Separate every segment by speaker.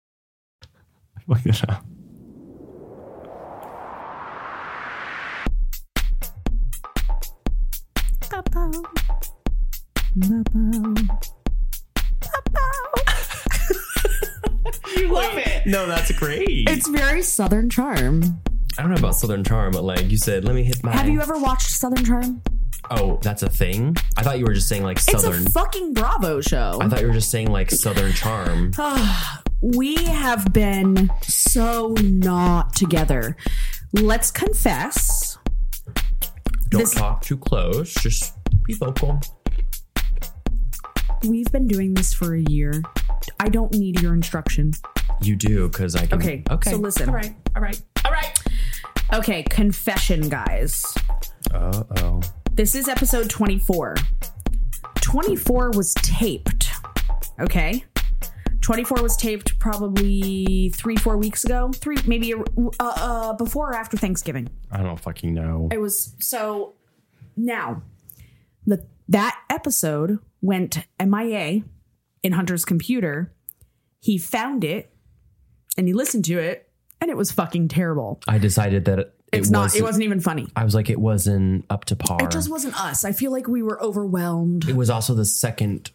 Speaker 1: Fuck det där.
Speaker 2: You love it.
Speaker 1: No, that's great.
Speaker 3: It's very Southern Charm.
Speaker 2: I don't know about Southern Charm, but like you said, let me hit my.
Speaker 3: Have you ever watched Southern Charm?
Speaker 2: Oh, that's a thing. I thought you were just saying like Southern.
Speaker 3: It's a fucking Bravo show.
Speaker 2: I thought you were just saying like Southern Charm.
Speaker 3: we have been so not together. Let's confess.
Speaker 2: Don't
Speaker 3: This-
Speaker 2: talk too close. Just be vocal.
Speaker 3: We've been doing this for a year. I don't need your instruction.
Speaker 2: You do, because I can.
Speaker 3: Okay.
Speaker 2: Okay.
Speaker 3: So listen.
Speaker 2: All right. All right. All right.
Speaker 3: Okay, confession, guys.
Speaker 2: Uh oh.
Speaker 3: This is episode 24. 24 was taped. Okay. 24 was taped probably three, four weeks ago. Three, maybe uh, uh, before or after Thanksgiving.
Speaker 1: I don't fucking know.
Speaker 3: It was so now the, that episode went MIA in Hunter's computer. He found it and he listened to it and it was fucking terrible.
Speaker 2: I decided that it,
Speaker 3: It's
Speaker 2: it
Speaker 3: not,
Speaker 2: wasn't,
Speaker 3: it wasn't even funny.
Speaker 2: I was like, it wasn't up to par.
Speaker 3: It just wasn't us. I feel like we were overwhelmed.
Speaker 2: it was also the second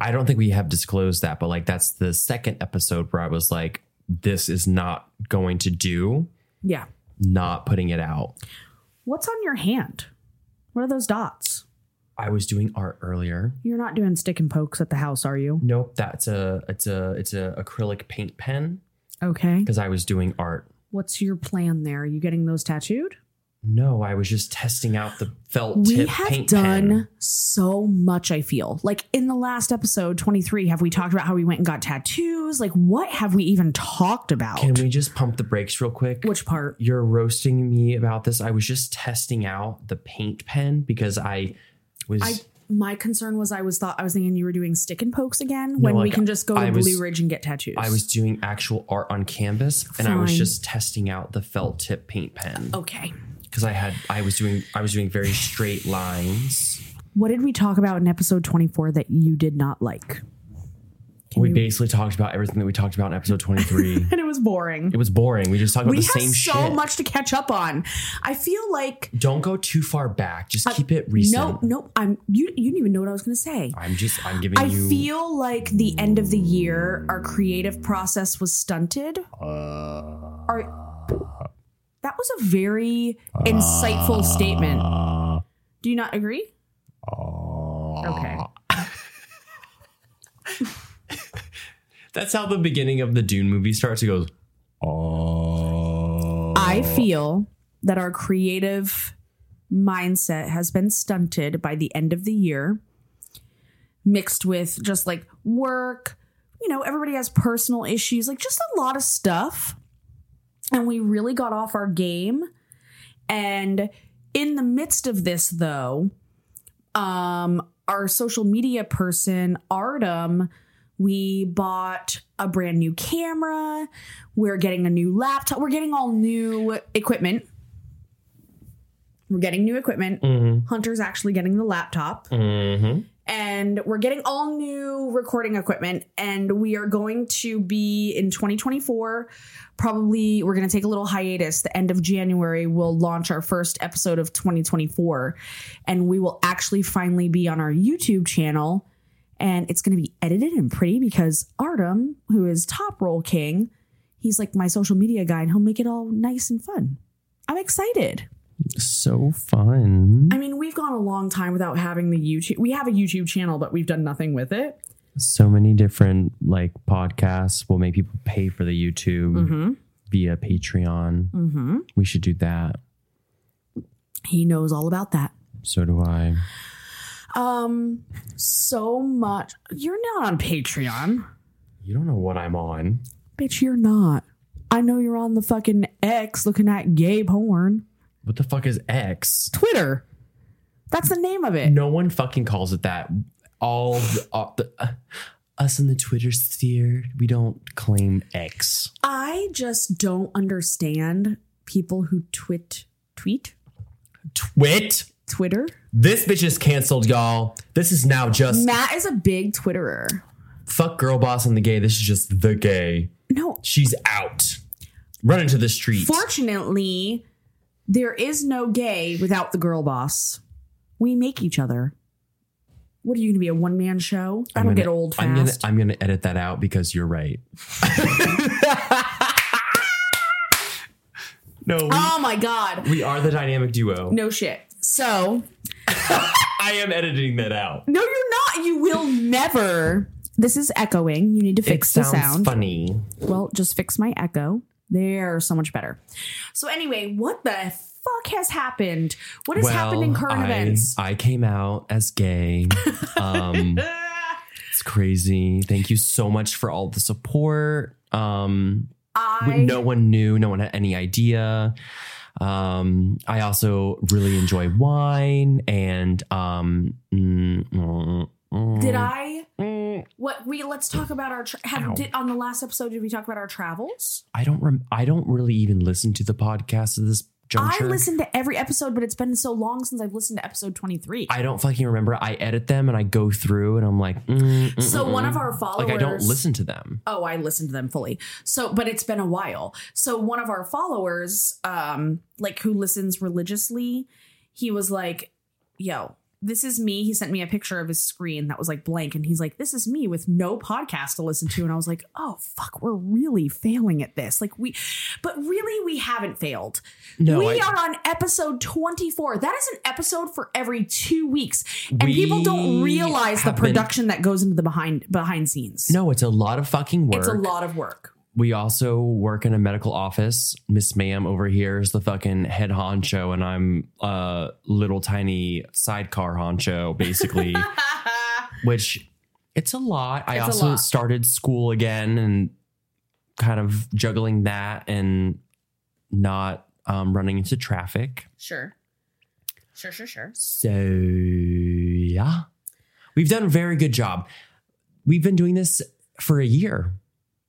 Speaker 2: i don't think we have disclosed that but like that's the second episode where i was like this is not going to do
Speaker 3: Yeah.
Speaker 2: not putting it out
Speaker 3: What's on your hand? What are those dots?
Speaker 2: i was doing art earlier
Speaker 3: You're not doing stick and pokes at the house, are you?
Speaker 2: nope that's a it's a it's a acrylic paint pen
Speaker 3: Okay.
Speaker 2: because i was doing art
Speaker 3: What's your plan there? Are you getting those tattooed?
Speaker 2: no i was just testing out the felt
Speaker 3: We
Speaker 2: tip
Speaker 3: have
Speaker 2: paint
Speaker 3: done
Speaker 2: pen
Speaker 3: so much, I feel. Like in the last episode, 23, have we talked about how we went and got tattoos? Like, what have we even talked about?
Speaker 2: can we just pump the brakes real quick
Speaker 3: Which part?
Speaker 2: you're roasting me about this i was just testing out the paint pen because i was
Speaker 3: I my concern was I was thought I was thinking you were doing stick and pokes again when we
Speaker 2: like,
Speaker 3: can just go to
Speaker 2: I
Speaker 3: Blue
Speaker 2: was-
Speaker 3: Ridge and get tattoos.
Speaker 2: I was doing actual art on canvas and I was
Speaker 3: Fine. Oh.
Speaker 2: just testing out the felt tip paint pen
Speaker 3: okay.
Speaker 2: because I had I was doing I was doing very straight lines.
Speaker 3: What did we talk about in episode 24 that you did not like?
Speaker 2: we basically talked about everything that we talked about in episode 23.
Speaker 3: And it was boring.
Speaker 2: it was boring. We just talked about
Speaker 3: we
Speaker 2: the
Speaker 3: have
Speaker 2: same
Speaker 3: so
Speaker 2: shit.
Speaker 3: much to catch up on. I feel like
Speaker 2: Don't go too far back. Just keep it
Speaker 3: no,
Speaker 2: recent.
Speaker 3: no, I'm you. You didn't even know what I was going to say.
Speaker 2: I'm just I'm giving
Speaker 3: I
Speaker 2: you
Speaker 3: feel like the end of the year, our creative process was stunted. Our- that was a very insightful statement. Do you not agree? okay.
Speaker 2: That's how the beginning of the Dune movie starts. It goes
Speaker 3: I feel that our creative mindset has been stunted by the end of the year, mixed with just like work. You know, everybody has personal issues, like just a lot of stuff. And we really got off our game. And in the midst of this, though, um, our social media person, Artem, we bought a brand new camera. We're getting a new laptop. We're getting all new equipment. We're getting new equipment. Hunter's actually getting the laptop. And we're getting all new recording equipment. And we are going to be in 2024. Probably we're going to take a little hiatus. The end of January, we'll launch our first episode of 2024. And we will actually finally be on our YouTube channel and it's going to be edited and pretty because Artem, who is Top Roll King, he's like my social media guy and he'll make it all nice and fun. I'm excited.
Speaker 2: so fun.
Speaker 3: I mean, we've gone a long time without having the YouTube. We have a YouTube channel, but we've done nothing with it.
Speaker 2: so many different like podcasts will make people pay for the YouTube
Speaker 3: Mm-hmm.
Speaker 2: via Patreon.
Speaker 3: Mhm.
Speaker 2: We should do that.
Speaker 3: He knows all about that.
Speaker 2: So do I.
Speaker 3: Um, so much. You're not on Patreon,
Speaker 2: You don't know what I'm on.
Speaker 3: bitch. You're not. I know you're on the fucking X looking at gay porn.
Speaker 2: What the fuck is X?
Speaker 3: Twitter. That's the name of it.
Speaker 2: No one fucking calls it that. All the, all the uh, us in the Twitter sphere, we don't claim X.
Speaker 3: I just don't understand people who twit, tweet,
Speaker 2: Twit.
Speaker 3: Twitter.
Speaker 2: This bitch is canceled, y'all. This is now just
Speaker 3: Matt is a big Twitterer.
Speaker 2: fuck girl boss and the gay. This is just the gay.
Speaker 3: No, Well,
Speaker 2: She's out. Run into the street.
Speaker 3: fortunately, there is no gay without the girl boss. We make each other. What are you going to be a one man show? I don't
Speaker 2: gonna-
Speaker 3: get old
Speaker 2: I'm gonna,
Speaker 3: fast.
Speaker 2: I'm gonna edit that out because you're right. no, we,
Speaker 3: oh my god!
Speaker 2: we are the dynamic duo.
Speaker 3: No shit. So
Speaker 2: I am editing that out.
Speaker 3: no, you're not. You will never. This is echoing. You need to fix
Speaker 2: it
Speaker 3: the
Speaker 2: sounds
Speaker 3: sound.
Speaker 2: funny.
Speaker 3: Well, just fix my echo. They're so much better. So anyway, what the fuck has happened? What has happened in current
Speaker 2: I,
Speaker 3: events?
Speaker 2: I came out as gay. Um, it's crazy. Thank you so much for all the support. Um,
Speaker 3: Uh, I
Speaker 2: we- no one knew, no one had any idea. Um, I also really enjoy wine and um, mm, mm, mm,
Speaker 3: did I
Speaker 2: mm.
Speaker 3: what we let's talk about our tra- have,
Speaker 2: Ow.
Speaker 3: did, on the last episode did we talk about our travels?
Speaker 2: I don't rem- I don't really even listen to the podcast at this juncture.
Speaker 3: I listened to every episode, but it's been so long since I've listened to episode twenty three.
Speaker 2: I don't fucking remember. I edit them and I go through and I'm like, mm, mm,
Speaker 3: So
Speaker 2: mm,
Speaker 3: one
Speaker 2: mm.
Speaker 3: of our followers
Speaker 2: like I don't listen to them.
Speaker 3: oh i listened to them fully so but it's been a while so one of our followers um like who listens religiously he was like yo this is me he sent me a picture of his screen that was like blank and he's like this is me with no podcast to listen to and i was like oh fuck we're really failing at this like we but really we haven't failed
Speaker 2: No,
Speaker 3: we
Speaker 2: I-
Speaker 3: are on episode 24 that is an episode for every two weeks and people don't
Speaker 2: We
Speaker 3: realize the
Speaker 2: have been-
Speaker 3: production that goes into the behind behind scenes
Speaker 2: No, it's a lot of fucking work.
Speaker 3: it's a lot of work.
Speaker 2: We also work in a medical office. Miss Ma'am over here is the fucking head honcho, and I'm a little tiny sidecar honcho, basically. which it's a lot. I
Speaker 3: It's a
Speaker 2: also
Speaker 3: lot.
Speaker 2: started school again and kind of juggling that and not um, running into traffic.
Speaker 3: sure. Sure, sure, sure.
Speaker 2: So yeah, we've done a very good job. We've been doing this for a year.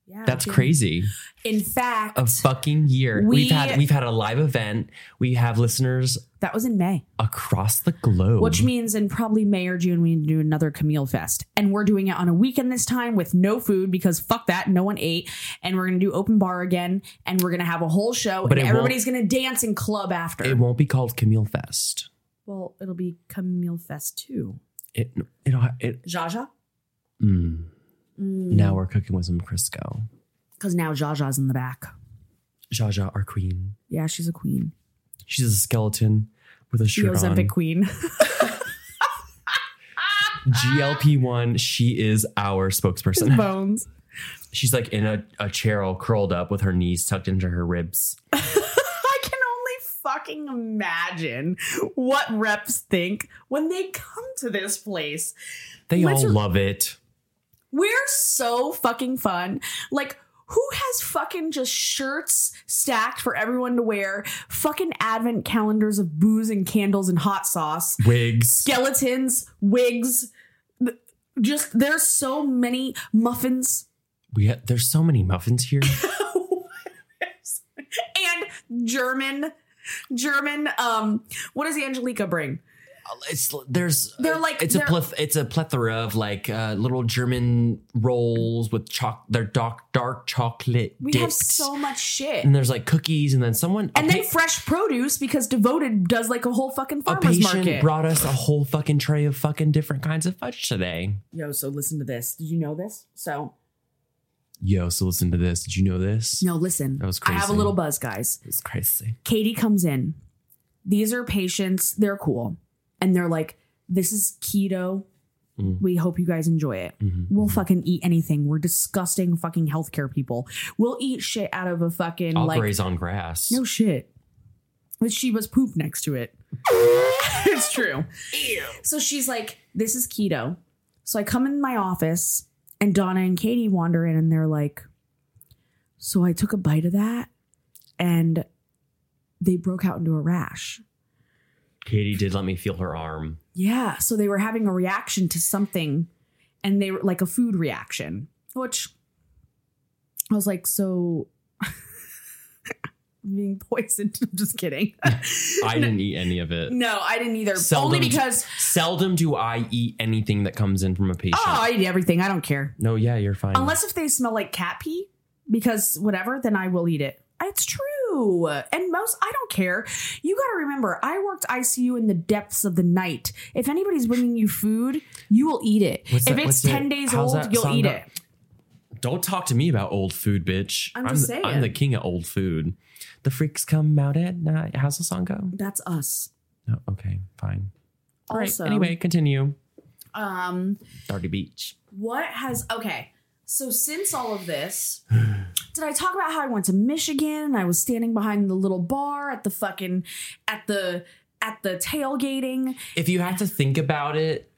Speaker 3: Yeah.
Speaker 2: That's
Speaker 3: dude.
Speaker 2: crazy. Oh.
Speaker 3: In fact,
Speaker 2: A fucking year. We,
Speaker 3: We-
Speaker 2: have had we've had a live event. We have listeners
Speaker 3: that was in May,
Speaker 2: across the globe.
Speaker 3: which means in probably May or June, we need to do another Camille Fest. And we're doing it on a weekend this time with no food because fuck that, no one ate. And we're going to do open bar again and we're going to have a whole show
Speaker 2: But it
Speaker 3: and
Speaker 2: won't-
Speaker 3: everybody's going to dance and club after.
Speaker 2: it won't be called Camille Fest.
Speaker 3: well, it'll be Camille Fest 2.
Speaker 2: It it it.
Speaker 3: Jaja?
Speaker 2: Mm. Now we're cooking with some Crisco.
Speaker 3: Because Mm. now Jaja's in the back.
Speaker 2: Zsa Zsa, our queen.
Speaker 3: Yeah, she's a queen.
Speaker 2: She's a skeleton with a
Speaker 3: She
Speaker 2: shirt
Speaker 3: was
Speaker 2: on.
Speaker 3: epic queen.
Speaker 2: GLP-1, she is our spokesperson.
Speaker 3: Bones.
Speaker 2: She's like in a, a chair all curled up with her knees tucked into her ribs.
Speaker 3: I can only fucking imagine what reps think when they come to this place.
Speaker 2: They all
Speaker 3: Literally-
Speaker 2: love it.
Speaker 3: We're so fucking fun. Like, who has fucking just shirts stacked for everyone to wear? Fucking advent calendars of booze and candles and hot sauce,
Speaker 2: Wigs.
Speaker 3: skeletons, wigs. th- Just there's so many muffins
Speaker 2: We ha- there's so many muffins here.
Speaker 3: and German, German. Um, what does Angelica bring?
Speaker 2: It's there's
Speaker 3: They're like-
Speaker 2: it's a
Speaker 3: they're-
Speaker 2: pleth- it's a plethora of like uh, little German rolls with choc they're dark dark chocolate
Speaker 3: We have
Speaker 2: dipped.
Speaker 3: so much shit.
Speaker 2: and there's like cookies and then someone a
Speaker 3: and then
Speaker 2: pa-
Speaker 3: fresh produce because devoted does like a whole fucking
Speaker 2: a
Speaker 3: farmers
Speaker 2: patient
Speaker 3: market.
Speaker 2: brought us a whole fucking tray of fucking different kinds of fudge today.
Speaker 3: Yo, so listen to this. Did you know this? So
Speaker 2: Yo, so listen to this. Did you know this?
Speaker 3: no, listen.
Speaker 2: That was
Speaker 3: I have a
Speaker 2: crazy.
Speaker 3: little buzz, guys.
Speaker 2: It's crazy.
Speaker 3: Katie comes in. These are patients. They're cool, and they're like, "This is keto.
Speaker 2: Mm. Mm-hmm,
Speaker 3: We hope you guys enjoy it. We'll fucking eat anything. We're disgusting fucking healthcare people. We'll eat shit out of a fucking
Speaker 2: I'll
Speaker 3: like
Speaker 2: graze on grass.
Speaker 3: No shit. But she was poop next to it. it's true. So she's like, this is keto. So I come in my office and Donna and Katie wander in and they're like, so I took a bite of that and they broke out into a rash.
Speaker 2: Katie did let me feel her arm.
Speaker 3: Yeah. So they were having a reaction to something and they were like a food reaction, which I was like, so being poisoned. I'm just kidding.
Speaker 2: I didn't eat any of it.
Speaker 3: No, I didn't either.
Speaker 2: Seldom
Speaker 3: Only because
Speaker 2: Seldom do I eat anything that comes in from a patient.
Speaker 3: oh, I eat oh, everything. I don't care.
Speaker 2: no, yeah, you're fine.
Speaker 3: Unless if they smell like cat pee, because whatever, then I will eat it. It's true. And most, I don't care. You got to remember, I worked ICU in the depths of the night. If anybody's bringing you food, you will eat it.
Speaker 2: What's
Speaker 3: if
Speaker 2: that-
Speaker 3: it's
Speaker 2: what's that-
Speaker 3: 10 days
Speaker 2: how's
Speaker 3: old,
Speaker 2: that
Speaker 3: you'll
Speaker 2: song
Speaker 3: eat
Speaker 2: go?
Speaker 3: it.
Speaker 2: Don't talk to me about old food, bitch.
Speaker 3: I'm just
Speaker 2: the-
Speaker 3: saying.
Speaker 2: I'm the king of old food. The freaks come out at night. How's the song go?
Speaker 3: That's us.
Speaker 2: No, okay, fine. All right.
Speaker 3: Also,
Speaker 2: Anyway, continue.
Speaker 3: um,
Speaker 2: Dirty Beach.
Speaker 3: What has okay? So since all of this, did I talk about how I went to Michigan and I was standing behind the little bar at the fucking at the at the tailgating?
Speaker 2: If you have to think about it,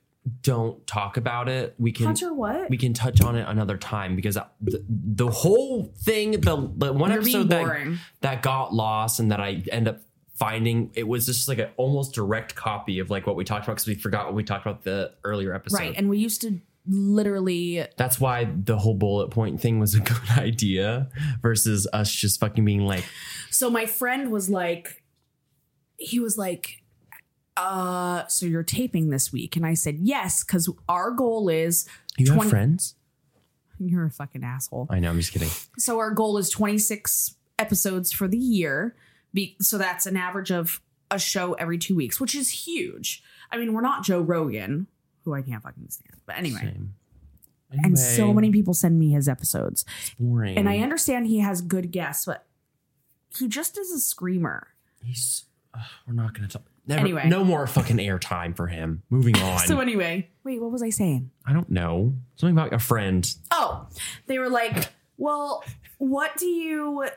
Speaker 2: don't talk about it. We can
Speaker 3: Hunter, what?
Speaker 2: we can touch on it another time because the, the whole thing, the, the one
Speaker 3: You're being
Speaker 2: episode that
Speaker 3: boring.
Speaker 2: that got lost and that I end up finding it was just like an almost direct copy of like what we talked about because we forgot what we talked about the earlier episode.
Speaker 3: right, and we used to literally
Speaker 2: That's why the whole bullet point thing was a good idea versus us just fucking being like,
Speaker 3: So my friend was like, he was like, uh, so you're taping this week? And I said, yes, because our goal is
Speaker 2: you
Speaker 3: 20
Speaker 2: have friends?
Speaker 3: you're a fucking asshole.
Speaker 2: I know, I'm just kidding.
Speaker 3: So our goal is 26 episodes for the year. Be- so that's an average of a show every two weeks, which is huge. I mean, we're not Joe Rogan, who I can't fucking stand. But anyway.
Speaker 2: Same.
Speaker 3: And so
Speaker 2: Anyway,
Speaker 3: many people send me his episodes.
Speaker 2: it's boring.
Speaker 3: And I understand he has good guests, but he just is a screamer.
Speaker 2: He's, ugh, we're not gonna talk. Never,
Speaker 3: Anyway.
Speaker 2: no more fucking airtime for him. Moving on.
Speaker 3: So anyway, wait, what was I saying?
Speaker 2: I don't know something about a friend.
Speaker 3: Oh, they were like, well, what do you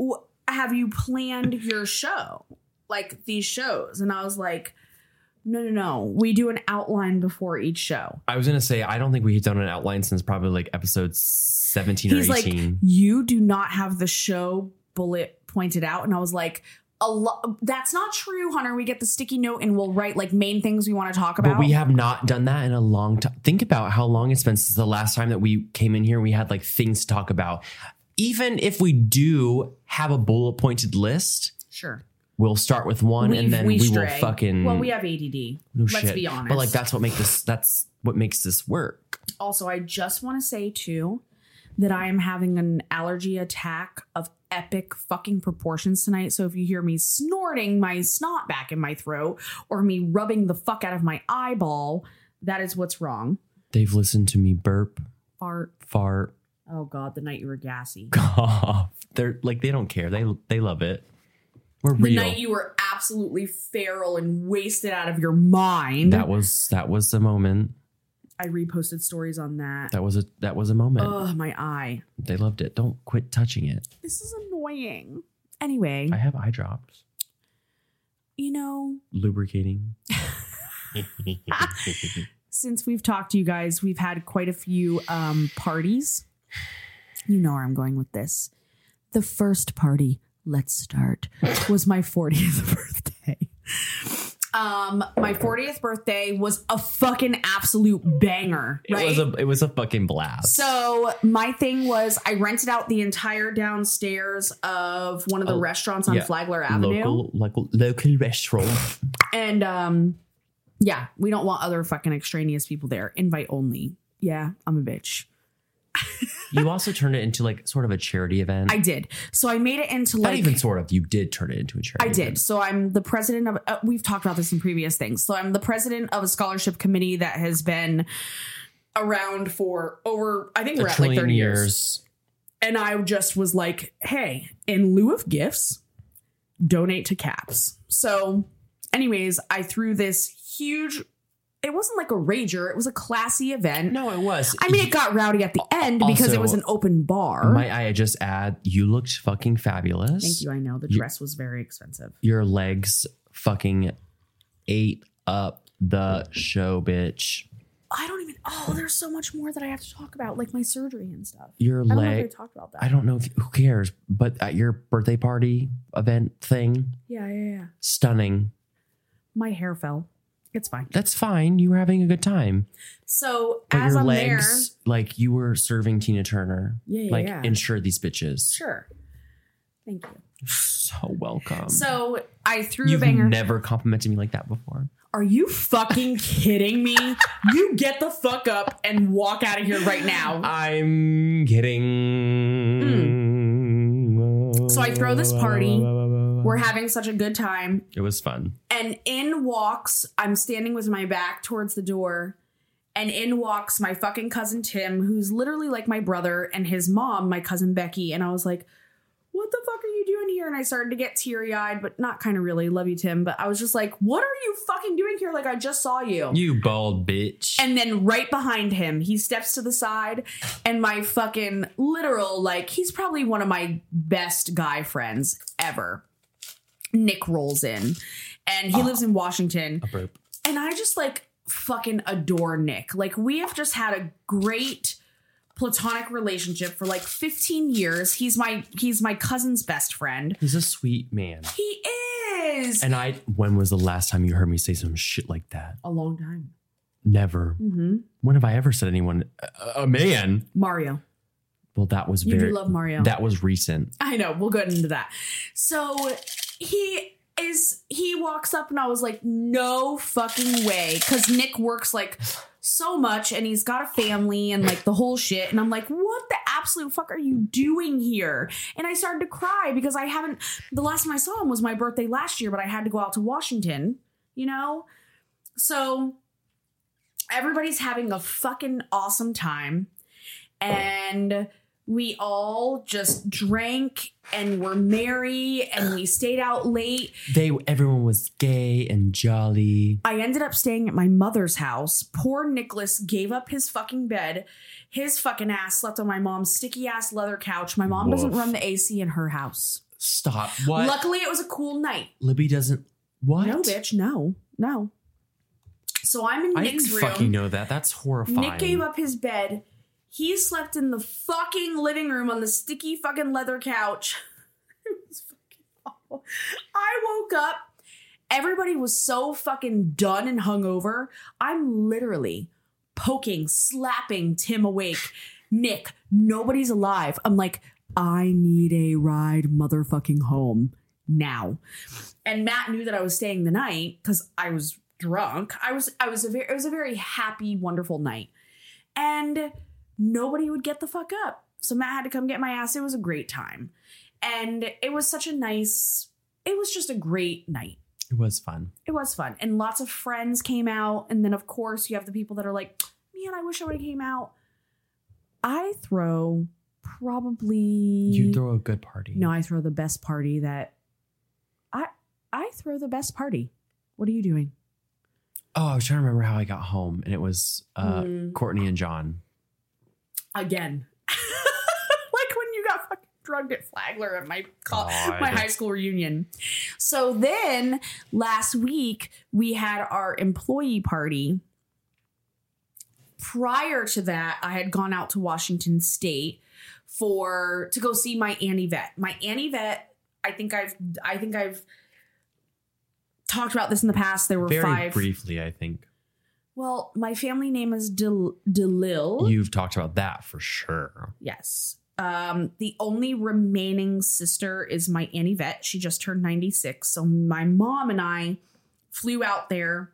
Speaker 3: wh- have you planned your show? Like these shows. And I was like, no, no, no. We do an outline before each show.
Speaker 2: I was gonna say I don't think we've done an outline since probably like episode seventeen
Speaker 3: He's
Speaker 2: or
Speaker 3: like,
Speaker 2: eighteen.
Speaker 3: you do not have the show bullet pointed out. And I was like, a lo- that's not true, Hunter. We get the sticky note and we'll write like main things we want to talk about.
Speaker 2: But we have not done that in a long time. Think about how long it's been since the last time that we came in here. and We had like things to talk about. Even if we do have a bullet pointed list,
Speaker 3: sure.
Speaker 2: we'll start with one
Speaker 3: We've-
Speaker 2: and then we, will
Speaker 3: stray.
Speaker 2: fucking.
Speaker 3: Well, we have ADD.
Speaker 2: no
Speaker 3: let's
Speaker 2: shit.
Speaker 3: be honest.
Speaker 2: But like that's what makes this. That's what makes this work.
Speaker 3: Also, I just want to say too that I am having an allergy attack of epic fucking proportions tonight. So if you hear me snorting my snot back in my throat or me rubbing the fuck out of my eyeball, that is what's wrong.
Speaker 2: They've listened to me burp,
Speaker 3: Fart.
Speaker 2: fart,
Speaker 3: Oh god, the night you were gassy.
Speaker 2: cough. They're like they don't care. They they love it. We're
Speaker 3: The
Speaker 2: real.
Speaker 3: night you were absolutely feral and wasted out of your mind.
Speaker 2: that was that was the moment.
Speaker 3: I reposted stories on that.
Speaker 2: That was a that was a moment.
Speaker 3: Ugh, my eye.
Speaker 2: they loved it. Don't quit touching it.
Speaker 3: This is annoying. Anyway,
Speaker 2: I have eye drops.
Speaker 3: you know,
Speaker 2: lubricating.
Speaker 3: since we've talked to you guys, we've had quite a few um, parties. You know where I'm going with this. The first party, let's start, was my 40th birthday. Um, my 40th birthday was a fucking absolute banger,
Speaker 2: It
Speaker 3: right?
Speaker 2: was a it was a fucking blast.
Speaker 3: so my thing was I rented out the entire downstairs of one of the
Speaker 2: Oh,
Speaker 3: restaurants on
Speaker 2: yeah.
Speaker 3: Flagler Avenue.
Speaker 2: local local local restaurant.
Speaker 3: And um yeah, we don't want other fucking extraneous people there. Invite only. Yeah, I'm a bitch.
Speaker 2: you also turned it into like sort of a charity event.
Speaker 3: I did. So I made it into
Speaker 2: Not
Speaker 3: like
Speaker 2: even sort of. You did turn it into
Speaker 3: I
Speaker 2: a charity.
Speaker 3: did.
Speaker 2: event.
Speaker 3: So I'm the president of uh, we've talked about this in previous things. So I'm the president of a scholarship committee that has been around for over I think
Speaker 2: A
Speaker 3: we're at like
Speaker 2: trillion
Speaker 3: 30 years.
Speaker 2: years.
Speaker 3: And I just was like, "Hey, in lieu of gifts, donate to caps." So anyways, I threw this huge it wasn't like a rager, it was a classy event.
Speaker 2: No, it was.
Speaker 3: I mean, it got rowdy at the end because it
Speaker 2: Also,
Speaker 3: was an open bar.
Speaker 2: might I just add, you looked fucking fabulous.
Speaker 3: Thank you. I know the
Speaker 2: You-
Speaker 3: dress was very expensive.
Speaker 2: Your legs fucking ate up the show, bitch.
Speaker 3: I don't even. Oh, there's so much more that I have to talk about, like my surgery and stuff.
Speaker 2: Your
Speaker 3: I don't know if we
Speaker 2: leg.
Speaker 3: talked about that.
Speaker 2: I don't know if who cares, but at your birthday party event thing,
Speaker 3: yeah, yeah, yeah.
Speaker 2: stunning.
Speaker 3: My hair fell. It's fine.
Speaker 2: That's fine. You were having a good time.
Speaker 3: So
Speaker 2: But
Speaker 3: as
Speaker 2: your
Speaker 3: I'm
Speaker 2: legs, like you were serving Tina Turner.
Speaker 3: there, yeah, yeah,
Speaker 2: like
Speaker 3: yeah.
Speaker 2: ensure these bitches.
Speaker 3: sure. Thank you.
Speaker 2: So welcome.
Speaker 3: So I threw a
Speaker 2: You've
Speaker 3: banger.
Speaker 2: never complimented me like that before.
Speaker 3: Are you fucking kidding me? You get the fuck up and walk out of here right
Speaker 2: Um,
Speaker 3: now.
Speaker 2: I'm kidding.
Speaker 3: Hmm. So I throw this party. We're
Speaker 2: It
Speaker 3: having such a good time.
Speaker 2: was fun.
Speaker 3: And in walks, I'm standing with my back towards the door, and in walks my fucking cousin Tim, who's literally like my brother, and his mom, my cousin Becky. And I was like, what the fuck are you doing here? And I started to get teary eyed, but not kind of really. Love you, Tim. But I was just like, what are you fucking doing here? Like, I just saw you.
Speaker 2: You bald bitch.
Speaker 3: and then right behind him, he steps to the side, and my fucking literal, like, he's probably one of my best guy friends ever. Nick rolls in, and he lives in Washington.
Speaker 2: a burp.
Speaker 3: And I just like fucking adore Nick. Like we have just had a great platonic relationship for like 15 years. He's my he's my cousin's best friend.
Speaker 2: He's a sweet man.
Speaker 3: He is
Speaker 2: And I, when was the last time you heard me say some shit like that?
Speaker 3: a long time.
Speaker 2: Never.
Speaker 3: hmm
Speaker 2: When have I ever said anyone uh, a, a man?
Speaker 3: Mario,
Speaker 2: Well, that was
Speaker 3: you
Speaker 2: very.
Speaker 3: do love Mario.
Speaker 2: that was recent.
Speaker 3: I know. We'll get into that. So he is he walks up and I was like, no fucking way, because Nick works like so much and he's got a family and like the whole shit. And I'm like, what the absolute fuck are you doing here? And I started to cry because I haven't. The last time I saw him was my birthday last year, but I had to go out to Washington. You know, so everybody's having a fucking awesome time and we all just drank and were merry and we stayed out late.
Speaker 2: They everyone was gay and jolly.
Speaker 3: I ended up staying at my mother's house. Poor Nicholas gave up his fucking bed. His fucking ass slept on my mom's sticky ass leather couch. My mom doesn't
Speaker 1: Woof.
Speaker 3: run the AC in her house.
Speaker 2: Stop. What?
Speaker 3: Luckily, it was a cool night.
Speaker 2: Libby doesn't. What?
Speaker 3: No, bitch, no, no. So I'm in
Speaker 2: I
Speaker 3: Nick's
Speaker 2: didn't
Speaker 3: room.
Speaker 2: fucking know that. That's horrifying.
Speaker 3: Nick gave up his bed. He slept in the fucking living room on the sticky fucking leather couch. It was fucking awful. I woke up. Everybody was so fucking done and hungover. I'm literally poking, slapping Tim awake. Nick, nobody's alive. I'm like, I need a ride motherfucking home now. And Matt knew that I was staying the night because I was drunk. I was I was a very it was a very happy, wonderful night. And nobody would get the fuck up. So Matt had to come get my ass. It was a great time. And it was such a nice it was just a great night.
Speaker 2: It was fun.
Speaker 3: It was fun. And lots of friends came out. And then of course you have the people that are like, man, I wish I would have came out. I throw probably
Speaker 2: You throw a good party.
Speaker 3: Mm. no, I throw the best party that I I throw the best party. What are you doing?
Speaker 2: Oh, I was trying to remember how I got home, and it was uh,
Speaker 3: Mm.
Speaker 2: Courtney and John.
Speaker 3: Again. like when you got fucking drugged at Flagler at my col-
Speaker 2: God.
Speaker 3: my high school reunion. So then last week we had our employee party. Prior to that, I had gone out to Washington State for to go see my Annie vet. My Annie vet, I think I've I think I've talked about this in the past. There were
Speaker 2: Very
Speaker 3: five.
Speaker 2: briefly, I think
Speaker 3: Well, my family name is Del- DeLille.
Speaker 2: you've talked about that for sure.
Speaker 3: Yes. Um, the only remaining sister is my Annie Vet. She just turned 96. So my mom and I flew out there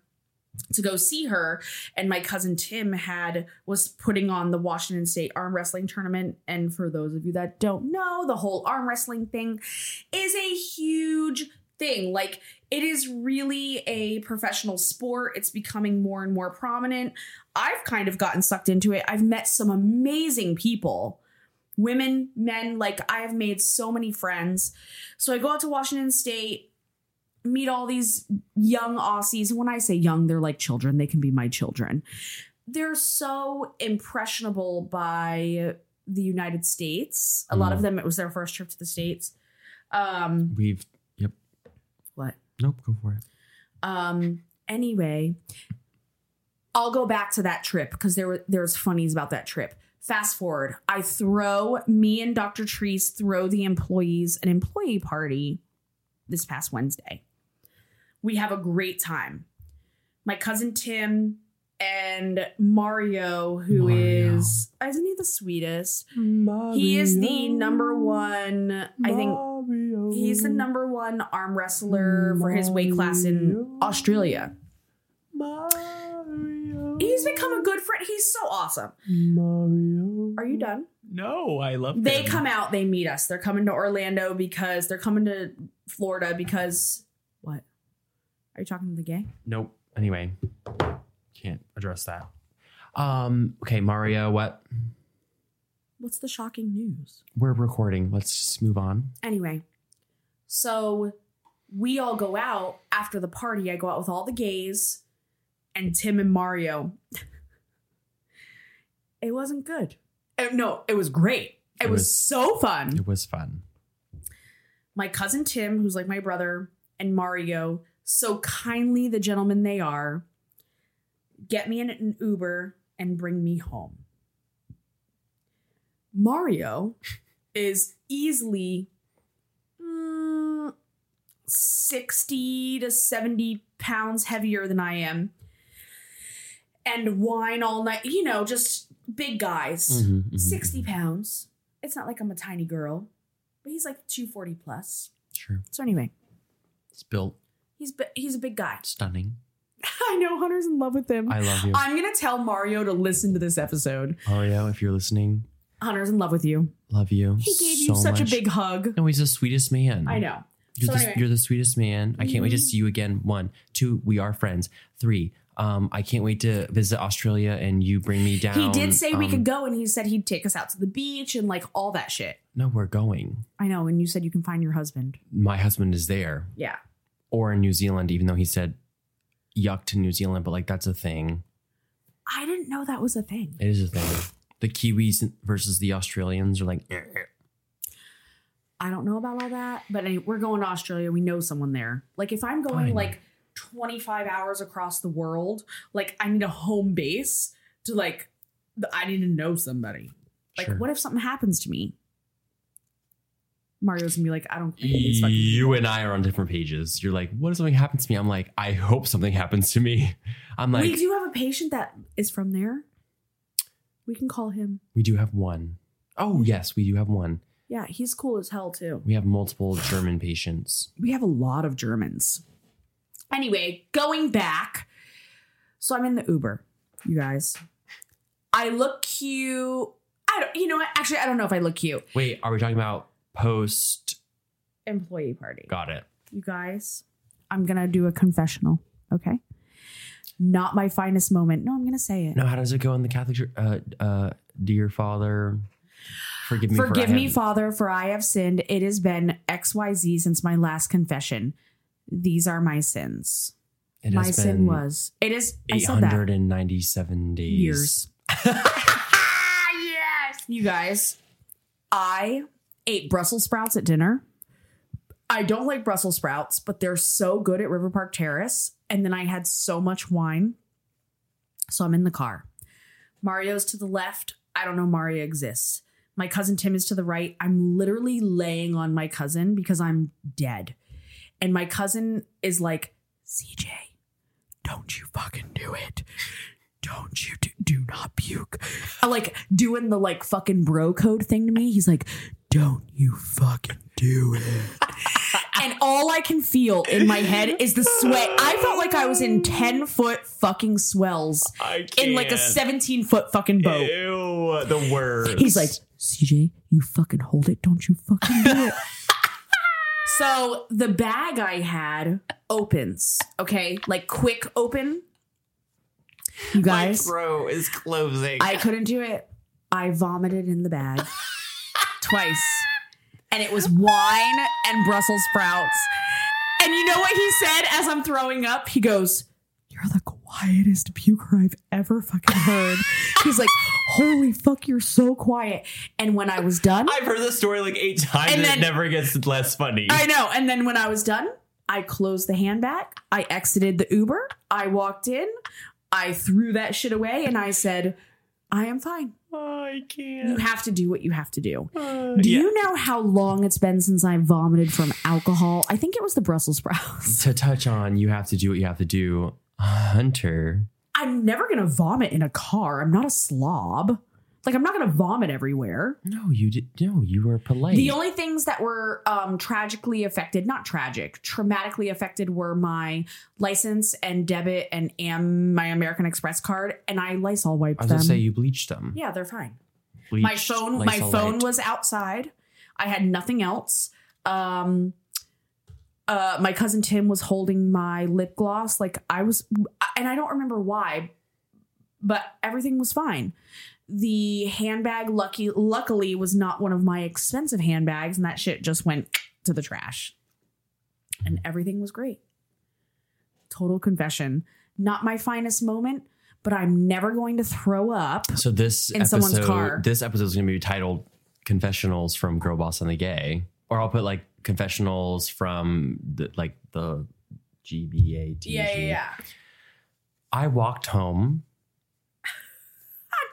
Speaker 3: to go see her. And my cousin Tim had was putting on the Washington State arm wrestling tournament. And for those of you that don't know, the whole arm wrestling thing is a huge thing. Like it is really a professional sport. It's becoming more and more prominent. I've kind of gotten sucked into it. I've met some amazing people, women, men. Like I have made so many friends. So I go out to Washington State, meet all these young Aussies. When I say young, they're like children. They can be my children. They're so impressionable by the United States. A lot of
Speaker 2: Mm.
Speaker 3: them, it was their first trip to the States. Um,
Speaker 2: We've yep.
Speaker 3: what?
Speaker 2: Nope. Go for it.
Speaker 3: Um. Anyway, I'll go back to that trip because there were there was funnies about that trip. Fast forward, I throw me and Dr. Treese throw the employees an employee party this past Wednesday. We have a great time. My cousin Tim and Mario, who
Speaker 2: Mario.
Speaker 3: is- isn't he the sweetest? He is the number one, I think He's the number one arm wrestler for his weight class in Australia.
Speaker 1: Mario.
Speaker 3: He's become a good friend. He's so awesome.
Speaker 1: Mario.
Speaker 3: Are you done?
Speaker 1: No, I love
Speaker 3: They
Speaker 1: them.
Speaker 3: come out, they meet us. They're coming to Orlando because they're coming to Florida because what? Are you talking to the gay?
Speaker 2: Nope. Anyway, can't address that. Um. Okay, Mario. What?
Speaker 3: What's the shocking news?
Speaker 2: We're recording. Let's just move on.
Speaker 3: Anyway, so we all go out after the party. I go out with all the gays and Tim and Mario. it wasn't good. Uh, no, it was great. It,
Speaker 2: It
Speaker 3: was,
Speaker 2: was-
Speaker 3: so fun.
Speaker 2: It was fun.
Speaker 3: my cousin Tim, who's like my brother, and Mario, so kindly the gentlemen they are, get me in an Uber and bring me home. Mario is easily mm, 60 to 70 pounds heavier than I am and whine all night, you know, just big guys.
Speaker 2: Mm-hmm.
Speaker 3: 60 pounds. It's not like I'm a tiny girl, but he's like 240 plus.
Speaker 2: Sure.
Speaker 3: So anyway,
Speaker 2: It's built
Speaker 3: he's bi- he's a big guy.
Speaker 2: stunning.
Speaker 3: I know Hunter's in love with him.
Speaker 2: I love you,
Speaker 3: I'm gonna tell Mario to listen to this episode.
Speaker 2: Mario. If you're listening,
Speaker 3: Hunter's in love with you.
Speaker 2: love you.
Speaker 3: He gave you
Speaker 2: so
Speaker 3: such
Speaker 2: much.
Speaker 3: a big hug.
Speaker 2: No, he's the sweetest man.
Speaker 3: I know.
Speaker 2: You're,
Speaker 3: So
Speaker 2: the,
Speaker 3: anyway. Mm-hmm.
Speaker 2: you're the sweetest man. I can't wait to see you again. One, two, we are friends. Three, um, I can't wait to visit Australia and you bring me down.
Speaker 3: He did say we
Speaker 2: um,
Speaker 3: could go, and he said he'd take us out to the beach and like all that shit.
Speaker 2: No, we're going.
Speaker 3: I know. And you said you can find your husband.
Speaker 2: My husband is there
Speaker 3: Yeah.
Speaker 2: or in New Zealand, even though he said yuck to New Zealand, but like that's a thing.
Speaker 3: I didn't know that was a thing.
Speaker 2: It is a thing. The Kiwis versus the Australians are like, "Eh."
Speaker 3: I don't know about all that, but any- we're going to Australia. We know someone there. Like if I'm
Speaker 2: I
Speaker 3: going
Speaker 2: know.
Speaker 3: like 25 hours across the world, like I need a home base to like th- I need to know somebody. Like
Speaker 2: Sure.
Speaker 3: what if something happens to me? Mario's gonna be like, I don't. care. It's fucking-
Speaker 2: you and I are on different pages. You're like, what if something happens to me? I'm like, I hope something happens to me. I'm like,
Speaker 3: we do have a patient that is from there. We can call him.
Speaker 2: we do have one. Oh, yes, we do have one.
Speaker 3: Yeah, he's cool as hell too.
Speaker 2: We have multiple German patients.
Speaker 3: we have a lot of Germans. Anyway, going back. So I'm in the Uber, you guys. I look cute. I don't, you know what? Actually, I don't know if I look cute.
Speaker 2: Wait, are we talking about post?
Speaker 3: Employee party.
Speaker 2: Got it.
Speaker 3: You guys, I'm going to do a confessional, okay? Not my finest moment. No, I'm going to say it.
Speaker 2: No, how does it go in the Catholic Church? Uh, uh, dear Father, forgive me.
Speaker 3: Forgive
Speaker 2: for I
Speaker 3: me,
Speaker 2: have-
Speaker 3: Father, for I have sinned. It has been XYZ since my last confession. These are my sins.
Speaker 2: It
Speaker 3: my
Speaker 2: has
Speaker 3: sin
Speaker 2: been
Speaker 3: was. It is. I
Speaker 2: eight
Speaker 3: said that.
Speaker 2: hundred and ninety-seven days.
Speaker 3: years. yes, you guys. I ate Brussels sprouts at dinner. I don't like Brussels sprouts, but they're so good at River Park Terrace. And then I had so much wine. So I'm in the car. Mario's to the left. I don't know Mario exists. My cousin Tim is to the right. I'm literally laying on my cousin because I'm dead. And my cousin is like, CJ, don't you fucking do it don't you do, do not puke. I like doing the like fucking bro code thing to me. He's like, don't you fucking do it. and all I can feel in my head is the sweat. I felt like I was in 10 foot fucking swells
Speaker 1: I
Speaker 3: in like a
Speaker 1: can't.
Speaker 3: 17 foot fucking boat.
Speaker 1: Ew, the worst.
Speaker 3: He's like, CJ, you fucking hold it. Don't you fucking do it. so the bag I had opens, okay? Like quick open. You guys.
Speaker 1: throat is closing.
Speaker 3: I couldn't do it. I vomited in the bag twice. And it was wine and Brussels sprouts. And you know what he said as I'm throwing up? He goes, You're the quietest puker I've ever fucking heard. He's like, Holy fuck, you're so quiet. And when I was done,
Speaker 1: I've heard this story like eight times,
Speaker 3: And
Speaker 1: and,
Speaker 3: then-
Speaker 1: it never gets less funny.
Speaker 3: I know. And then when I was done, I closed the handbag. I exited the Uber. I walked in. I threw that shit away and I said, I am fine.
Speaker 1: I
Speaker 3: You
Speaker 1: can't.
Speaker 3: have to do what you have to do.
Speaker 1: Uh,
Speaker 3: Do
Speaker 1: yeah.
Speaker 3: you know how long it's been since I vomited from alcohol? I think it was the Brussels sprouts.
Speaker 2: To touch on, you have to do what you have to do. Hunter,
Speaker 3: I'm never gonna vomit in a car. I'm not a slob. Like I'm not going to vomit everywhere.
Speaker 2: No, you did. No, you were polite.
Speaker 3: The only things that were um, tragically affected, not tragic, traumatically affected were my license and debit and am my American Express card, and I Lysol wiped
Speaker 2: I was
Speaker 3: them.
Speaker 2: gonna say you bleached them.
Speaker 3: yeah, they're fine. my
Speaker 2: Bleached,
Speaker 3: phone, my
Speaker 2: Lysol
Speaker 3: phone
Speaker 2: wiped.
Speaker 3: was outside. I had nothing else. Um, uh, my cousin Tim was holding my lip gloss. Like I was, and I don't remember why, but everything was fine. The handbag, lucky, luckily, was not one of my expensive handbags, and that shit just went to the trash. And everything was great. Total confession. Not my finest moment, but I'm never going to throw up.
Speaker 2: So this
Speaker 3: in
Speaker 2: episode,
Speaker 3: someone's car.
Speaker 2: this episode is gonna be titled "Confessionals from Girl Boss and the Gay," or I'll put like confessionals from the, like the GBA. I walked home.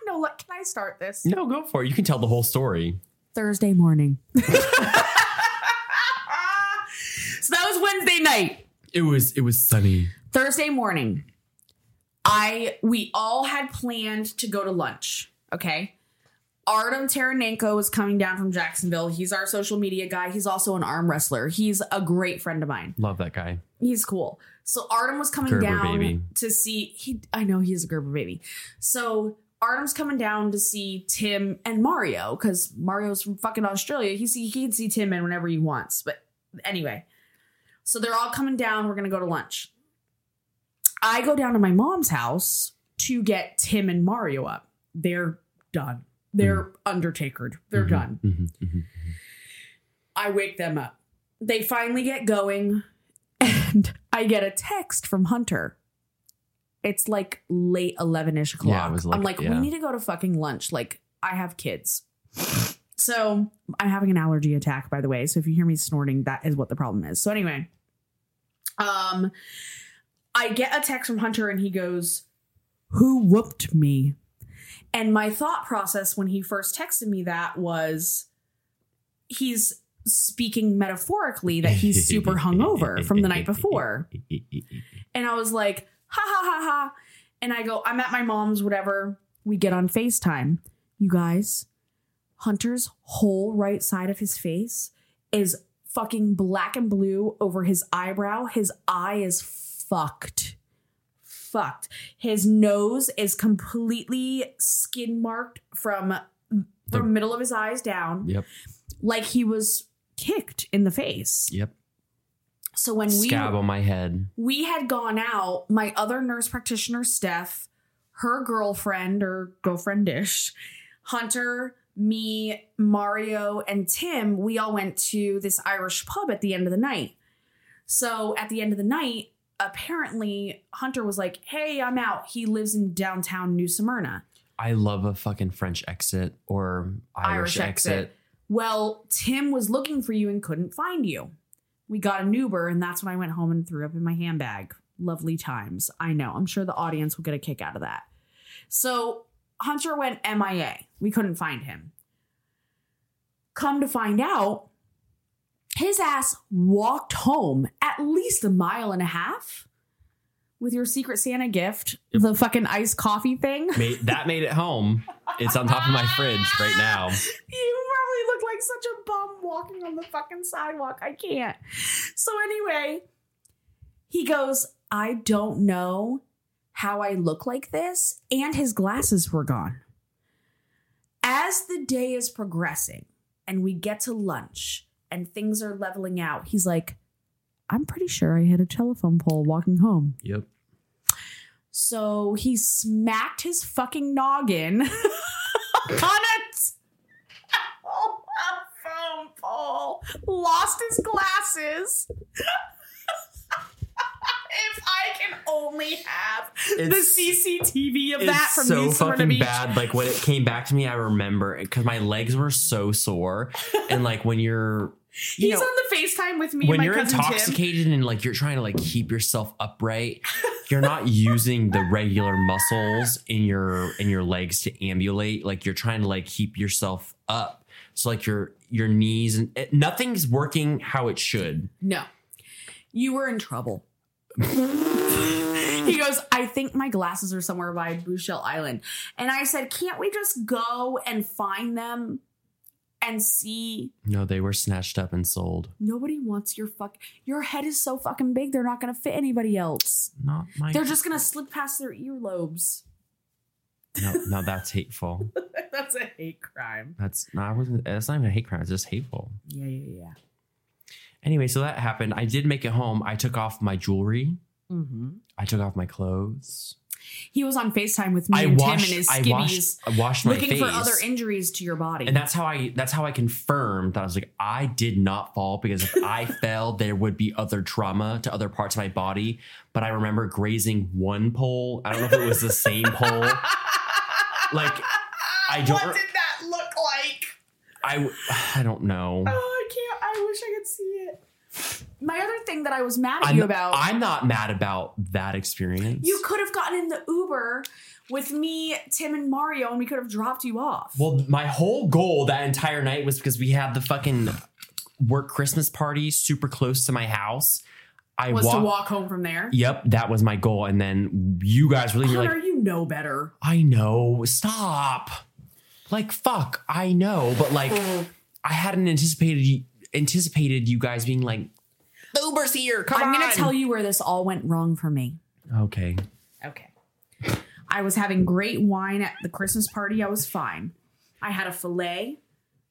Speaker 3: No, look, can I start this?
Speaker 2: No, go for it. You can tell the whole story.
Speaker 3: Thursday morning. so that was Wednesday night.
Speaker 2: It was it was sunny.
Speaker 3: Thursday morning. I we all had planned to go to lunch. Okay. Artem Taranenko is coming down from Jacksonville. He's our social media guy. He's also an arm wrestler. He's a great friend of mine.
Speaker 2: Love that guy.
Speaker 3: He's cool. So Artem was coming
Speaker 2: Gerber
Speaker 3: down
Speaker 2: baby.
Speaker 3: to see he I know he's a Gerber baby. So Artem's coming down to see Tim and Mario because Mario's from fucking Australia. He see he can see Tim in whenever he wants. But anyway. So they're all coming down. We're gonna go to lunch. I go down to my mom's house to get Tim and Mario up. They're done. They're
Speaker 2: Mm-hmm.
Speaker 3: undertakered. They're
Speaker 2: Mhm,
Speaker 3: done.
Speaker 2: mhm, mhm.
Speaker 3: I wake them up. They finally get going, and I get a text from Hunter. It's like late 11 ish o'clock.
Speaker 2: it was
Speaker 3: I'm
Speaker 2: like-
Speaker 3: like, we
Speaker 2: yeah.
Speaker 3: need to go to fucking lunch. Like, I have kids. So I'm having an allergy attack, by the way. So if you hear me snorting, that is what the problem is. So anyway, um, I get a text from Hunter and he goes, Who whooped me? And my thought process when he first texted me that was he's speaking metaphorically that he's super hungover from the night before. And I was like, ha ha ha ha. And I go, I'm at my mom's, whatever. We get on FaceTime. You guys, Hunter's whole right side of his face is fucking black and blue over his eyebrow. His eye is fucked. Fucked. His nose is completely skin marked from
Speaker 2: The-
Speaker 3: from middle of his eyes down,
Speaker 2: Yep.
Speaker 3: like he was kicked in the face.
Speaker 2: Yep.
Speaker 3: So when we
Speaker 2: Scab on my head.
Speaker 3: we had gone out. My other nurse practitioner, Steph, her girlfriend or girlfriendish, Hunter, me, Mario, and Tim, we all went to this Irish pub at the end of the night. So at the end of the night, apparently Hunter was like, Hey, I'm out. He lives in downtown New Smyrna.
Speaker 2: I love a fucking French exit or Irish,
Speaker 3: Irish
Speaker 2: exit.
Speaker 3: exit. Well, Tim was looking for you and couldn't find you. We got an Uber, and that's when I went home and threw up in my handbag. Lovely times. I know. I'm sure the audience will get a kick out of that. So Hunter went MIA. We couldn't find him. Come to find out, his ass walked home at least a mile and a half with your Secret Santa gift,
Speaker 2: Yep.
Speaker 3: the fucking iced coffee thing.
Speaker 2: Made, that made it home. It's on top of my fridge right now.
Speaker 3: Ah, You probably look like such a bum walking on the fucking sidewalk. I can't. So anyway, he goes, I don't know how I look like this. And his glasses were gone. As the day is progressing and we get to lunch and things are leveling out, he's like, I'm pretty sure I hit a telephone pole walking home.
Speaker 2: Yep.
Speaker 3: So he smacked his fucking noggin on it. Oh, a phone pole. Lost his glasses. if I can only have
Speaker 2: It's-
Speaker 3: the CCTV of
Speaker 2: It's
Speaker 3: that from
Speaker 2: so
Speaker 3: New Smyrna
Speaker 2: fucking
Speaker 3: Beach.
Speaker 2: bad. Like when it came back to me, I remember because my legs were so sore, and like when you're, you
Speaker 3: He's
Speaker 2: know,
Speaker 3: on the FaceTime with me
Speaker 2: when
Speaker 3: and my
Speaker 2: you're
Speaker 3: cousin Tim.
Speaker 2: intoxicated and like you're trying to like keep yourself upright, you're not using the regular muscles in your in your legs to ambulate. Like you're trying to like keep yourself up. So like your your knees and it, nothing's working how it should.
Speaker 3: No. You were in trouble. he goes, I think my glasses are somewhere by Bouchelle Island. And I said, Can't we just go and find them and see?
Speaker 2: No, they were snatched up and sold.
Speaker 3: Nobody wants your fuck. Your head is so fucking big, they're not going to fit anybody else.
Speaker 2: Not my.
Speaker 3: They're just going to slip past their earlobes.
Speaker 2: no, no, that's hateful.
Speaker 3: That's a hate crime.
Speaker 2: That's no, I wasn't. That's not even a hate crime. It's just hateful.
Speaker 3: Yeah, yeah, yeah.
Speaker 2: Anyway, so that happened. I did make it home. I took off my jewelry.
Speaker 3: Mm-hmm.
Speaker 2: I took off my clothes.
Speaker 3: He was on FaceTime with me
Speaker 2: I
Speaker 3: and
Speaker 2: washed.
Speaker 3: Tim and his
Speaker 2: I
Speaker 3: skibbies.
Speaker 2: washed. I washed my
Speaker 3: looking
Speaker 2: face.
Speaker 3: for other injuries to your body.
Speaker 2: and that's how I. That's how I confirmed that I was like, I did not fall because if I fell, there would be other trauma to other parts of my body. But I remember grazing one pole. I don't know if it was the same pole. Like I don't-
Speaker 3: What did that look like?
Speaker 2: I. I don't know.
Speaker 3: Oh, I can't. I wish I could see it. My other thing that I was mad at
Speaker 2: I'm,
Speaker 3: you about,
Speaker 2: I'm not mad about that experience.
Speaker 3: Oh. you could have gotten in the Uber with me, Tim, and Mario, and we could have dropped you off.
Speaker 2: Well, my whole goal that entire night was because we had the fucking work Christmas party super close to my house. I
Speaker 3: was to
Speaker 2: walked-
Speaker 3: walk home from there.
Speaker 2: Yep, that was my goal. And then you guys really were
Speaker 3: Hunter,
Speaker 2: like,
Speaker 3: you know better.
Speaker 2: I know, stop. Like, fuck, I know. But like,
Speaker 3: Mm.
Speaker 2: I hadn't anticipated anticipated you guys being like, Uber's here, come
Speaker 3: I'm
Speaker 2: on.
Speaker 3: going to tell you where this all went wrong for me.
Speaker 2: Okay.
Speaker 3: Okay. I was having great wine at the Christmas party. I was fine. I had a filet.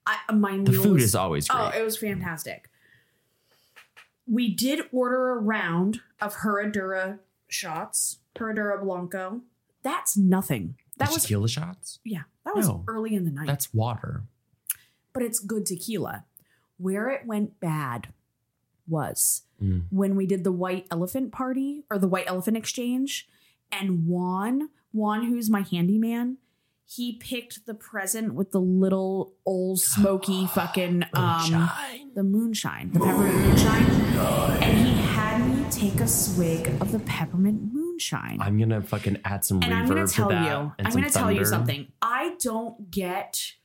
Speaker 3: I, my
Speaker 2: The
Speaker 3: meal
Speaker 2: food
Speaker 3: was
Speaker 2: is always great.
Speaker 3: Oh, it was fantastic. We did order a round of Herradura shots, Herradura Blanco. That's nothing. That
Speaker 2: It's
Speaker 3: was
Speaker 2: tequila shots?
Speaker 3: yeah, that was
Speaker 2: No.
Speaker 3: early in the night.
Speaker 2: That's water.
Speaker 3: but it's good tequila. Where it went bad was
Speaker 2: Mm.
Speaker 3: when we did the white elephant party or the white elephant exchange and Juan, Juan who's my handyman, he picked the present with the little old smoky fucking
Speaker 2: Oh,
Speaker 3: um
Speaker 2: Moonshine.
Speaker 3: the moonshine, the peppermint moonshine, and he had me take a swig of the peppermint moonshine.
Speaker 2: I'm gonna fucking add some
Speaker 3: and
Speaker 2: reverb
Speaker 3: I'm going to
Speaker 2: to
Speaker 3: tell you,
Speaker 2: that.
Speaker 3: I'm
Speaker 2: and
Speaker 3: going
Speaker 2: some
Speaker 3: to tell you
Speaker 2: thunder.
Speaker 3: something. I don't get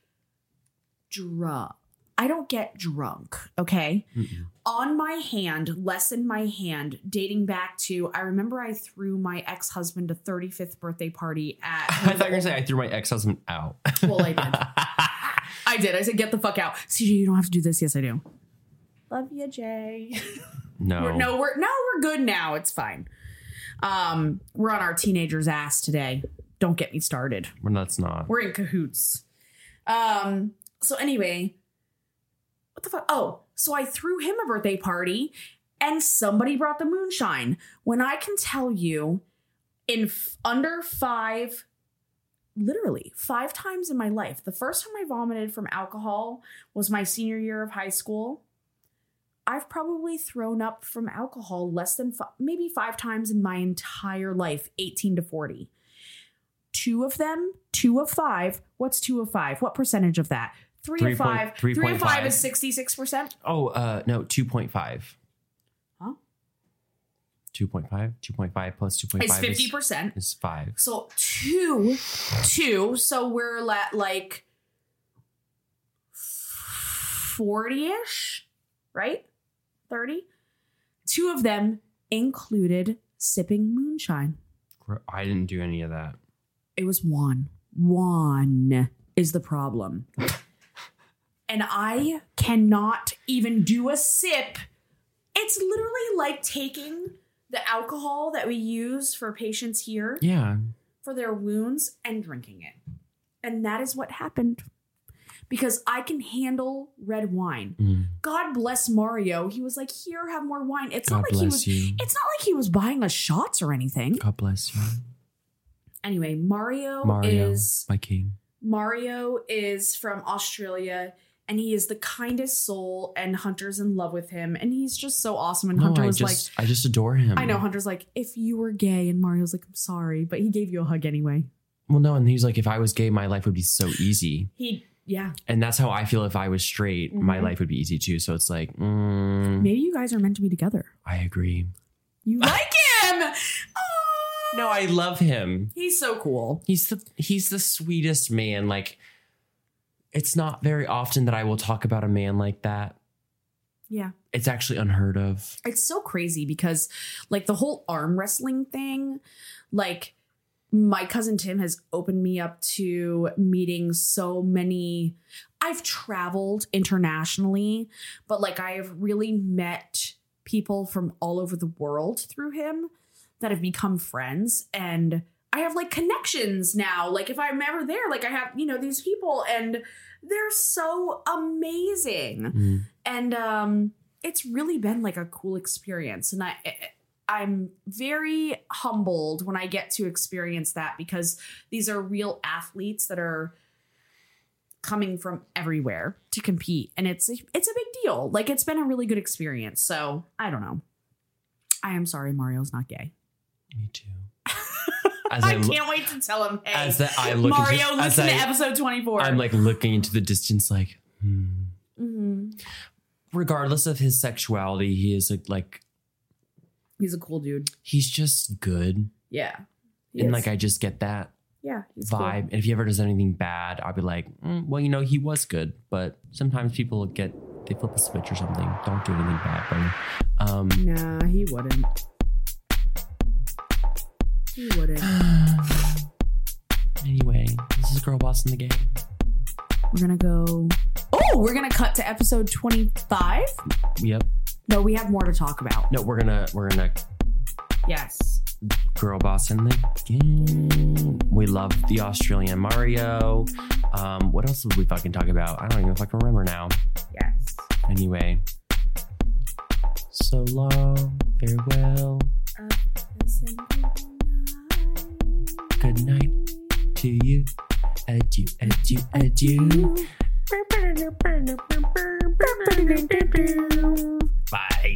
Speaker 3: drunk. I don't get drunk. Okay,
Speaker 2: Mm-mm.
Speaker 3: on my hand, less in my hand, dating back to I remember I threw my ex husband a 35th birthday party at.
Speaker 2: I thought you were gonna say I threw my ex husband out.
Speaker 3: Well, I did. I did. I said, "Get the fuck out, CJ. You don't have to do this." Yes, I do. Love you, Jay.
Speaker 2: no.
Speaker 3: We're, no, we're no, we're good now. It's fine. Um, we're on our teenager's ass today. Don't get me started.
Speaker 2: Well, that's not.
Speaker 3: We're in cahoots. Um, so anyway, what the fuck? Oh, so I threw him a birthday party and somebody brought the moonshine. When I can tell you, in f- under five, literally five times in my life, the first time I vomited from alcohol was my senior year of high school. I've probably thrown up from alcohol less than fi- maybe five times in my entire life, 18 to 40 two of them, two of five. What's two of five? What percentage of that? Three,
Speaker 2: Three
Speaker 3: of
Speaker 2: point-
Speaker 3: five.
Speaker 2: three
Speaker 3: Three,
Speaker 2: point
Speaker 3: of five,
Speaker 2: five.
Speaker 3: is sixty-six percent.
Speaker 2: Oh, uh, no, 2.5. Huh?
Speaker 3: Huh?
Speaker 2: 2.5? 2.5 plus 2.5
Speaker 3: Is
Speaker 2: is-
Speaker 3: fifty percent.
Speaker 2: Is 5.
Speaker 3: So two, two. So we're at like forty-ish, right? Thirty. Two of them included sipping moonshine.
Speaker 2: Gr- I didn't do any of that.
Speaker 3: It was one. One is the problem. and I cannot even do a sip. It's literally like taking the alcohol that we use for patients here
Speaker 2: Yeah.
Speaker 3: for their wounds and drinking it. And that is what happened. Because I can handle red wine.
Speaker 2: Mm.
Speaker 3: God bless Mario. He was like, here, have more wine. It's
Speaker 2: God
Speaker 3: not like
Speaker 2: bless
Speaker 3: he was
Speaker 2: you.
Speaker 3: it's not like he was buying us shots or anything.
Speaker 2: God bless you.
Speaker 3: Anyway, Mario,
Speaker 2: Mario,
Speaker 3: is
Speaker 2: my king.
Speaker 3: Mario is from Australia and he is the kindest soul and Hunter's in love with him and he's just so awesome and
Speaker 2: No,
Speaker 3: Hunter
Speaker 2: I
Speaker 3: was
Speaker 2: just, I just adore him.
Speaker 3: like I know Hunter's like if you were gay and Mario's like I'm sorry but he gave you a hug anyway.
Speaker 2: Well, no, and he was like, if I was gay, my life would be so easy.
Speaker 3: He yeah,
Speaker 2: And that's how I feel if I was straight, my
Speaker 3: Mhm.
Speaker 2: life would be easy too. So it's like, mm,
Speaker 3: maybe you guys are meant to be together.
Speaker 2: I agree.
Speaker 3: You like him. Aw.
Speaker 2: No, I love him.
Speaker 3: He's so cool.
Speaker 2: He's the he's the sweetest man. Like it's not very often that I will talk about a man like that.
Speaker 3: Yeah.
Speaker 2: It's actually unheard of.
Speaker 3: It's so crazy because, like, the whole arm wrestling thing, like, my cousin Tim has opened me up to meeting so many. I've traveled internationally, but like, I have really met people from all over the world through him that have become friends. And I have like connections now. Like, if I'm ever there, like, I have, you know, these people, and they're so amazing
Speaker 2: Mm.
Speaker 3: and um it's really been like a cool experience and i eh, i'm very humbled when i get to experience that because these are real athletes that are coming from everywhere to compete and it's it's a big deal like it's been a really good experience so i don't know i am sorry mario's not gay
Speaker 2: Me too. As
Speaker 3: i,
Speaker 2: lo-
Speaker 3: can't wait to tell him hey
Speaker 2: as that I look into-
Speaker 3: mario
Speaker 2: as
Speaker 3: listen
Speaker 2: I-
Speaker 3: to episode 24
Speaker 2: I'm like looking into the distance, like, hmm.
Speaker 3: hmm
Speaker 2: regardless of his sexuality, he is like, like
Speaker 3: he's a cool dude
Speaker 2: he's just good,
Speaker 3: yeah He
Speaker 2: and
Speaker 3: is.
Speaker 2: like I just get that
Speaker 3: yeah he's cool.
Speaker 2: vibe. And if he ever does anything bad, I'll be like, "Mm, well, you know, he was good, but sometimes people get they flip a switch or something. Don't do anything bad, buddy. Um,
Speaker 3: Nah, he wouldn't. He wouldn't.
Speaker 2: anyway, this is Girl Boss in the Game.
Speaker 3: We're gonna go. Oh, we're gonna cut to episode 25.
Speaker 2: Yep.
Speaker 3: No, we have more to talk about.
Speaker 2: No, we're gonna we're gonna
Speaker 3: Yes.
Speaker 2: Girl Boss in the Game. We love the Australian Mario. Um, what else did we fucking talk about? I don't even fucking remember now.
Speaker 3: Yes.
Speaker 2: Anyway. So long, farewell, good night to you. Adieu, adieu, adieu. Bye.